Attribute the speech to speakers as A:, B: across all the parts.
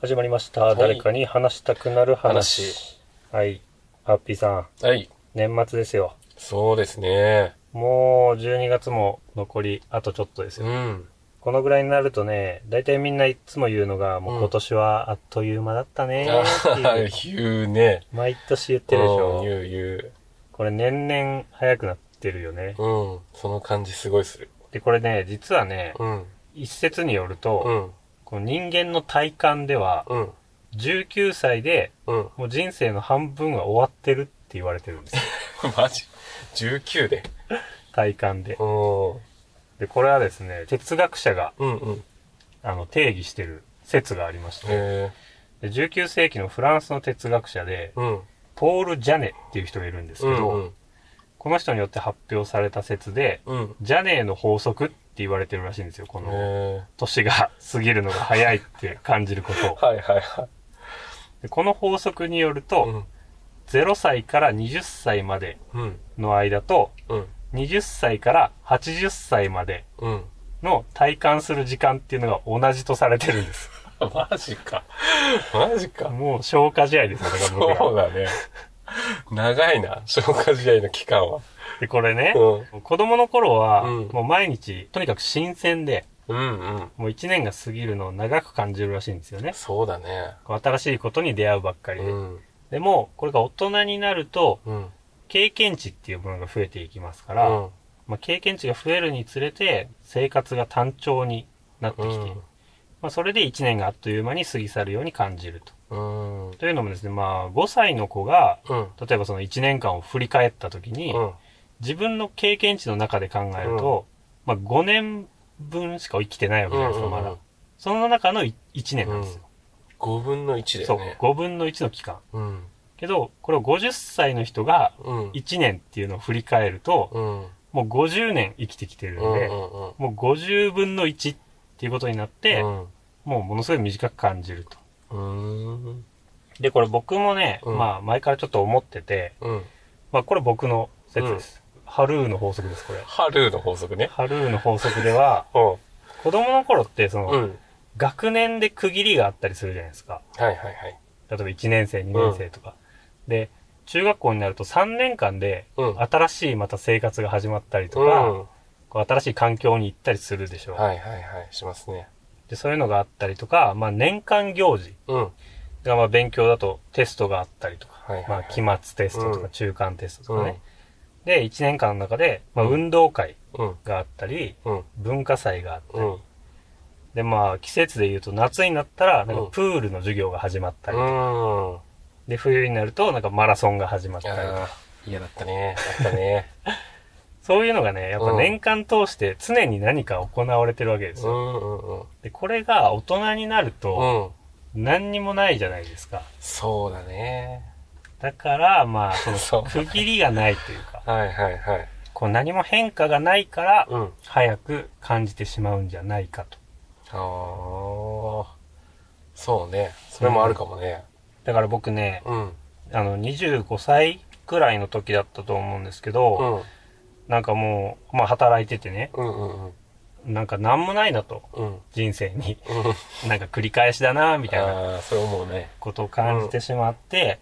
A: 始まりました、
B: い
A: 誰かに話したくなる話。はい。ハッピーさん、
B: はい。
A: 年末ですよ。
B: そうですね。
A: もう12月も残りあとちょっとですよ。
B: うん。
A: このぐらいになるとね、大体みんないつも言うのが、もう今年はあっという間だったね
B: あ
A: ーっていう、
B: ー言うね。
A: 毎年言ってるでし
B: うん
A: ょ。
B: 言う言
A: これ年々早くなってるよね。
B: う。うん。その感じすごいする。
A: で、これね、実はね、
B: うん。
A: 一説による
B: う
A: と、
B: ん。
A: この人間の体感では、
B: うん。
A: 19歳で
B: うん。
A: もう人生の半分は終わってるって言われてるんですよ。
B: マジ ?19 で。
A: 体感で
B: う。ん。
A: で、これはですね、哲学者が
B: うんうん。
A: あの定義してる説がありまして、
B: へ
A: で19世紀のフランスの哲学者で
B: え。、うん。
A: ポール・ジャネっていう人がいるんです
B: う
A: け
B: ん
A: ど、
B: うん。
A: この人によって発表された説で、
B: うん。
A: ジャネーの法則って言われてるらしいんですよ。こ
B: へ
A: の
B: え。
A: 年が過ぎるのが早いって感じることを。
B: はいはいはい。
A: でこの法則による
B: う
A: と、
B: ん。
A: 0歳から20歳まで
B: うん。
A: の間と、
B: うん。
A: 20歳から80歳まで
B: うん。
A: の体感する時間っていうのが同じとされてるんです。
B: マジか。マジか。
A: もう消化試合ですよ、だから僕ら
B: そうだね。長いな。消化試合の期間は。
A: で、これね、
B: う
A: 子供の頃は、
B: うん
A: もう毎日、とにかく新鮮で、
B: うんうん。
A: もう一年が過ぎるのを長く感じるらしいんですよね。
B: そうだね。
A: こう新しいことに出会うばっかり
B: う
A: で。
B: ん。
A: でも、これが大人になると、
B: うん。
A: 経験値っていうものが増えていきますか
B: う
A: ら、
B: ん。
A: まあ、経験値が増えるにつれて、生活が単調になってきて、
B: うん
A: まあ、それで一年があっという間に過ぎ去るように感じると。
B: うん。
A: というのもですね、まあ、5歳の子が、
B: うん。
A: 例えばその一年間を振り返った時に、
B: うん。
A: 自分の経験値の中で考えると、まあ5年分しか生きてないわけじゃないですか、まだ。その中の1年なんですよ。
B: 5分の1だ
A: そ
B: よ
A: う、
B: ね。
A: 5分の1の期間。
B: うん。
A: けど、これを50歳の人が
B: うん。
A: 1年っていうのを振り返ると、
B: うん。
A: もう50年生きてきてる
B: うん
A: で、
B: ん。
A: もう50分の1っていうことになって、
B: うん。
A: もうものすごい短く感じると。
B: うん。
A: で、これ僕もね、
B: うん
A: まあ前からちょっと思ってて、
B: うん。
A: まあこれ僕の説です。ハルーの法則です、これ。
B: ハルーの法則ね。
A: ハルーの法則で は、
B: うん。
A: 子供の頃って、その、
B: うん。
A: 学年で区切りがあったりするじゃないですか。
B: はいはいはい。
A: 例えば1年生、2年生とか。で、中学校になると3年間で、
B: うん。
A: 新しいまた生活が始まったりと
B: うん。
A: か、
B: は
A: こう新しい環境に行ったりするでしょ、
B: いうはいはい。しますね。
A: で。そういうのがあったりとか、まあ年間行事
B: うん。
A: が、まあ勉強だとテストがあったりとか、
B: はいはい。
A: まあ期末テストと
B: う
A: か
B: ん
A: 中間テストとかね。で、1年間の中で、まあ運動会
B: うん。
A: があったり、
B: うん。
A: 文化祭があった
B: う
A: り、
B: ん。
A: で、まあ季節で言うと夏になったら、なん
B: う
A: か
B: ん
A: プールの授業が始まったりとか
B: うん。
A: で、冬になると、なんかマラソンが始まっ
B: い
A: たりとか
B: や嫌だったね。あった ね。
A: そういうのがね、やっぱ年間通して常に何か行われてるわけです
B: う
A: よ。
B: んうんうん。
A: で、これが大人になると、
B: うん。
A: 何にもないじゃないですか。
B: そうだね。
A: だから、まあ、そ
B: そう
A: の、区切りがないというか、
B: はいはいはい。
A: こう何も変化がないから、
B: うん。
A: 早く感じてしまうんじゃないかと。
B: ああ。そうね。それもあるかもね。
A: だから僕ね、
B: うん。
A: あの、25歳くらいの時だったと思うんですけ
B: う
A: ど、
B: ん。
A: なんかもう、まあ働いててね、
B: うんうんうん。
A: なんか何もないなと、
B: うん。
A: 人生に。
B: うん。
A: なんか繰り返しだな、みたいな。
B: ああ、それ思うね。
A: ことを感じてしまって、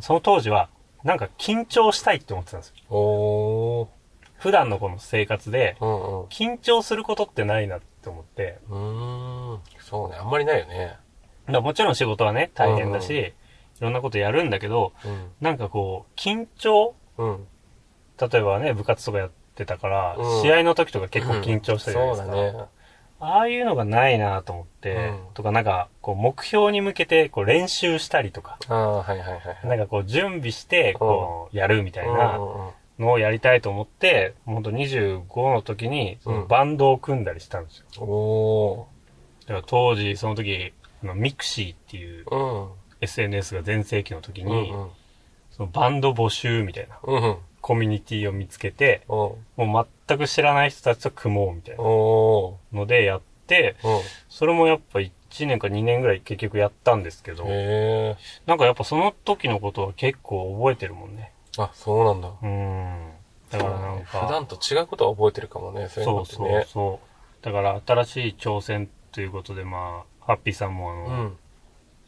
A: その当時は、なんか緊張したいって思ってたんですよ。
B: おー。
A: 普段のこの生活で、
B: うんうん。
A: 緊張することってないなって思って、
B: うーん。そうね。あんまりないよね。
A: だからもちろん仕事はね、大変だし、
B: うん
A: いろんなことやるんだけど、
B: うん。
A: なんかこう、緊張
B: うん。
A: 例えばね、部活とかやってたから、
B: うん
A: 試合の時とか結構緊張したじゃない
B: そ
A: で
B: う
A: すか。
B: だね。
A: ああいうのがないなと思って、
B: うん
A: とかなんか、こう、目標に向けて、こう、練習したりとか、
B: ああ、はいはいはい。
A: なんかこう、準備して、こう、やるみたいな、
B: う
A: のをやりたいと思って、ほんと25の時に、そのバンドを組んだりしたんですよ。
B: んうん。お
A: だから当時、その時、あのミクシーっていう
B: ー。うん。
A: SNS が全盛期の時
B: う
A: に、
B: ん
A: そのバンド募集みたいな
B: うん。うん。
A: コミュニティを見つけて、
B: お
A: もう全く知らない人たちと組もうみたいな
B: お
A: のでやって、
B: ー。うん。
A: それもやっぱ1年か2年ぐらい結局やったんですけど、
B: へえ。
A: なんかやっぱその時のことは結構覚えてるもんね。
B: あ、そうなんだ。
A: うーん。だからなんか。
B: 普段と違うことは覚えてるかもね。そういう
A: そ
B: の
A: う
B: って
A: そう
B: ね。
A: そう。だから新しい挑戦ということで、まあ、ハッピーさんもあ
B: う
A: の、
B: ん。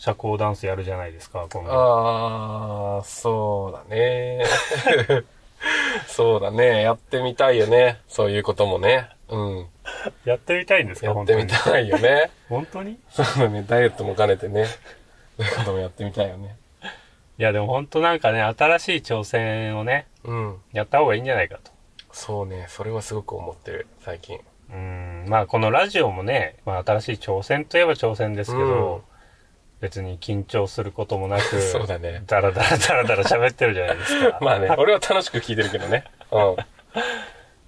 A: 社交ダンスやるじゃないですか、今度。
B: ああ、そうだね。 そうだね。やってみたいよね。そういうこともね。うん。
A: やってみたいんですか、
B: やっ
A: 本
B: て
A: 当
B: み
A: に。
B: たいよね。
A: 本当にい
B: そうだね。 ダイエットも兼ねてね。そういうこともやってみたいよね。
A: や、でも本当なんかね、新しい挑戦をね、
B: うん。
A: やった方がいいんじゃないかと。
B: そうね。それはすごく思ってる、最近。
A: うん、まあこのラジオもね、まあ新しい挑戦といえば挑戦ですけど、別に緊張することもなく、
B: そうだね。
A: ダラダラダラダラ喋ってるじゃないですか。
B: まあね、俺は楽しく聞いてるけどね。うん。あ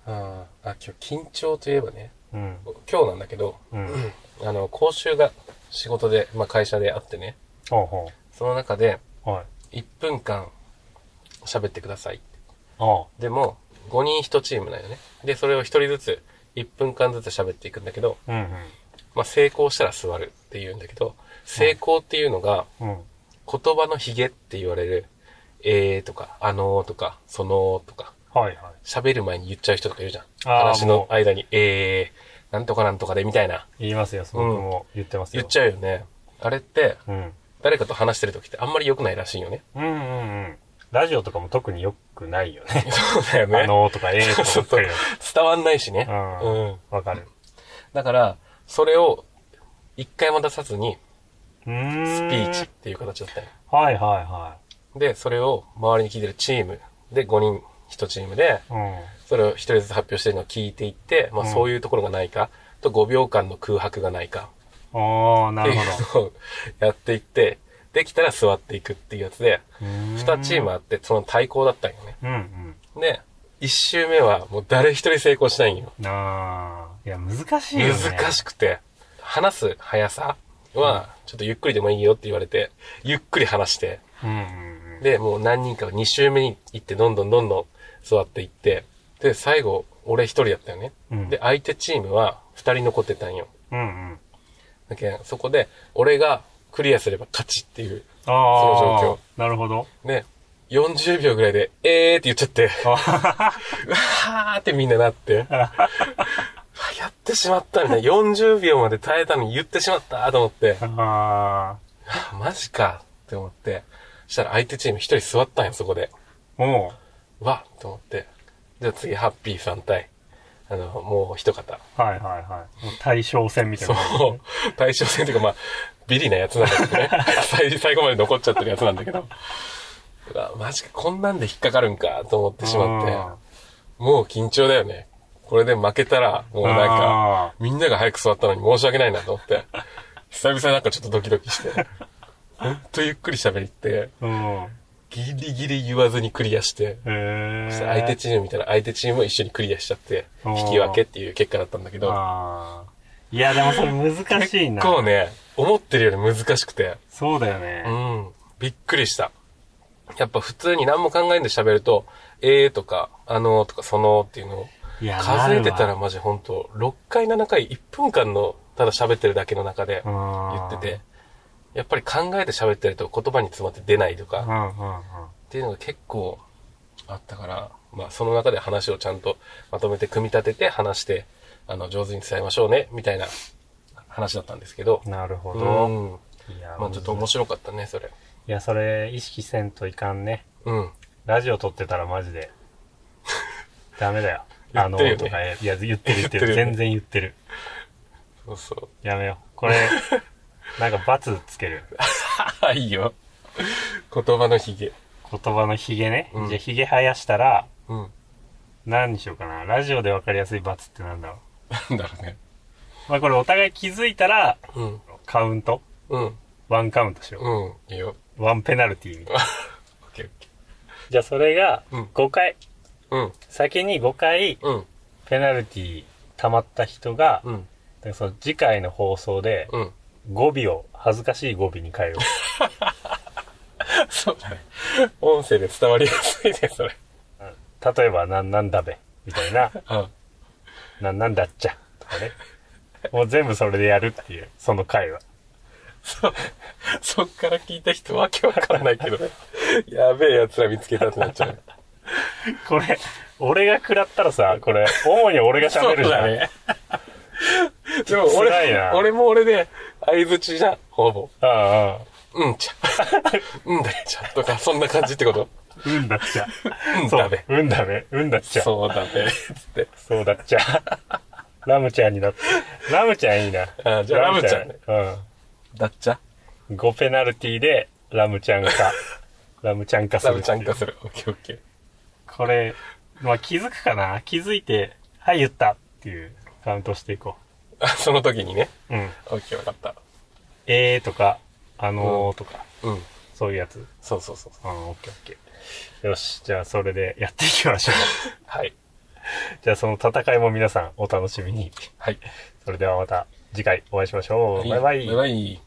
B: あ、今日緊張といえばね、
A: うん、
B: 今日なんだけど、
A: うん。
B: あの、講習が仕事で、まあ会社であってね、
A: ほうほ
B: その中で
A: う。はい。
B: 1分間喋ってください。
A: あ
B: でも、5人1チームなんよね。で、それを1人ずつ、1分間ずつ喋っていくんだけど、
A: あ、うん
B: まあ成功したら座るっていうんだけど、成功っていうのが、
A: うん。うん。
B: 言葉のヒゲって言われる、えーとか、あのーとか、そのーとか、
A: はいはい。
B: 喋る前に言っちゃう人とかいるじゃん。
A: あー
B: 話の間に、えー、なんとかなんとかでみたいな。
A: 言いますよ、その僕も言ってますよ。
B: 言っちゃうよね。あれって、
A: ゃうん。
B: 誰かと話してる時ってあんまり良くないらしいよね。
A: うんうんうん。ラジオとかも特に良くないよね。
B: そうだよ
A: あ
B: ね。
A: のーとかええとかばっかりだ
B: 伝わんないしね。
A: う
B: うんん。
A: わかる。
B: だから、それを一回も出さずに、
A: うーん。
B: スピーチっ。ていう形だったよ。
A: はいは
B: で、それを周りに聞いてるチームで5人1チームで、
A: いはい。
B: それを1人ずつ発表してるのを聞いていって、まあ
A: うん
B: そういうところがないか、と5秒間の空白がないか、
A: うん。ああ、
B: っ
A: な
B: て
A: る
B: い
A: ほ
B: うのをやっていって、できたら座っていくっていうやつで、
A: ど。二
B: 2チームあって、その対抗だったんよね。
A: うんうん。
B: で、1周目はもう誰一人成功しないんよ。
A: ああ。いや、難しいよね。
B: 難し
A: く。
B: くて、話す速さは、ちょっとゆっくりでもいいよって言われて、ゆっくり話して、
A: うんうんうん。
B: で、もう何人か2周目に行って、どんどんどんどん座っていって、で、最後、俺一人やったよね。
A: うん
B: で、相手チームは二人残ってたんよ。
A: うんうん。
B: だけんそこで、俺がクリアすれば勝ちっていう。
A: ああ。
B: その状況。
A: なるほど。
B: ね、40秒ぐらいで、えーって言っちゃって、
A: あははは
B: うわーってみんなな って、うわやってしまったみたいな。40秒まで耐えたのに言ってしまったと思って、
A: あ
B: あマジかって思って、したら相手チーム一人座ったんよ、そこで。
A: あ。も
B: わっと思って。じゃあ次、ハッピーさん対、あの、もう一方。
A: う。はいはいはい。もう対象戦みたい
B: そ
A: な。
B: う、対象戦というか、まあ、ビリなやつなんだけど ね。最最後まで残っちゃってるやつなんだけど。うわ、マジか、こんなんで引っかかるんかと思ってしまって、もう緊張だよね。これで負けたら、もうなんか、
A: あ
B: みんなが早く座ったのに申し訳ないなと思って、久々なんかちょっとドキドキして、ほんとゆっくり喋りって、
A: あ。うん。
B: ギリギリ言わずにクリアして、
A: へえ。
B: 相手チームみたいな相手チームも一緒にクリアしちゃって、
A: あー
B: 引き分けっていう結果だったんだけど、
A: ああ。いや、でもそれ難しいな。
B: 結構ね、思ってるより難しくて、
A: そうだよね。
B: うん、びっくりした。やっぱ普通に何も考えんで喋ると、えーとか、あのーとか、そのーっていうのを、
A: いや、
B: 数えてた
A: な
B: ら
A: る
B: マジほんと、6回7回1分間の、ただ喋ってるだけの中で言
A: わ
B: ってて、、やっぱり考えて喋ってると言葉に詰まって出ないと
A: う
B: か、
A: んうんうん。
B: っていうのが結構あったから、まあその中で話をちゃんとまとめて組み立てて話して、あの、上手に伝えましょうね、みたいな話だったんですけど。
A: なるほ
B: う
A: ど。
B: ん。
A: いや、
B: まあちょっと面白かったね、それ。
A: いや、それ、意識せんといかんね。
B: うん。
A: ラジオ撮ってたらマジ で。ダメだよ。
B: 言
A: あ
B: っ
A: の
B: てるよね
A: とか、いや、言ってる言ってる。
B: 言ってるよね
A: 全然言ってる。
B: そうそ
A: やめよう。これ、 なんか罰つける。
B: う。 いいよ。言葉のヒゲ。
A: 言葉のヒゲね。
B: うん
A: じゃあ、ヒゲ生やしたら、
B: うん。
A: 何にしようかな。ラジオでわかりやすい罰ってなんだろう。
B: なんだろうね。
A: まあこれお互い気づいたら、
B: うん。
A: カウント
B: うん。
A: ワンカウントしよ
B: うん。いいよ。
A: う。ワンペナルティーみ たいな。
B: オッケーオッケ
A: じゃあそれが
B: うん
A: 5回、
B: ー。
A: 先に5回
B: うん。うん。
A: ペナルティー溜まった人が、
B: うん。
A: だからその次回の放送で
B: うん。
A: 語尾を恥ずかしい語尾に変えよ
B: そうだね。音声で伝わりやすいね、それ。
A: う。例えばなんなんだべみたいな、
B: うん。
A: なんなんだっちゃとかね。もう全部それでやるっていう、その回は。
B: そう そっから聞いた人わけわかんないけど、やべえ奴ら見つけたってなっちゃう。
A: これ、俺が食らったらさ、 これ、主に俺が喋るじゃん。
B: ね。でも
A: 辛い
B: 俺
A: な、
B: 俺も俺で、相づちじゃん、ほぼ。
A: ああああ
B: うんちゃ。うんだっちゃ。とか、そんな感じってこと
A: うんだっちゃ。
B: うん
A: そう
B: だべ。
A: うんだべ。うんだっちゃ。そう
B: そうだべ。つって。
A: だっちゃ。 ラムちゃんになって。ラムちゃんいいな。
B: あじゃあラムちゃんねだっちゃ
A: うん。5ペナルティで、ラムちゃん 化。ラムちゃん化する
B: ラ
A: ってい
B: ブ
A: う。
B: ちゃん化する。オッケーオッケー。
A: これ、まあ気づくかな気づいて、はい、言ったっていうカウントしていこ
B: あ、その時にね。
A: う。うん。
B: オッケーわかった。
A: えーとか、あのーとか、
B: うん。
A: そういうやつ。
B: そうそうそう。
A: あーオッケーオッケー。よし、じゃあそれでやっていきまし ょう。
B: はい。
A: じゃあその戦いも皆さんお楽しみに。
B: はい。
A: それではまた次回お会いしましょう。バイバイ。
B: バイバイ。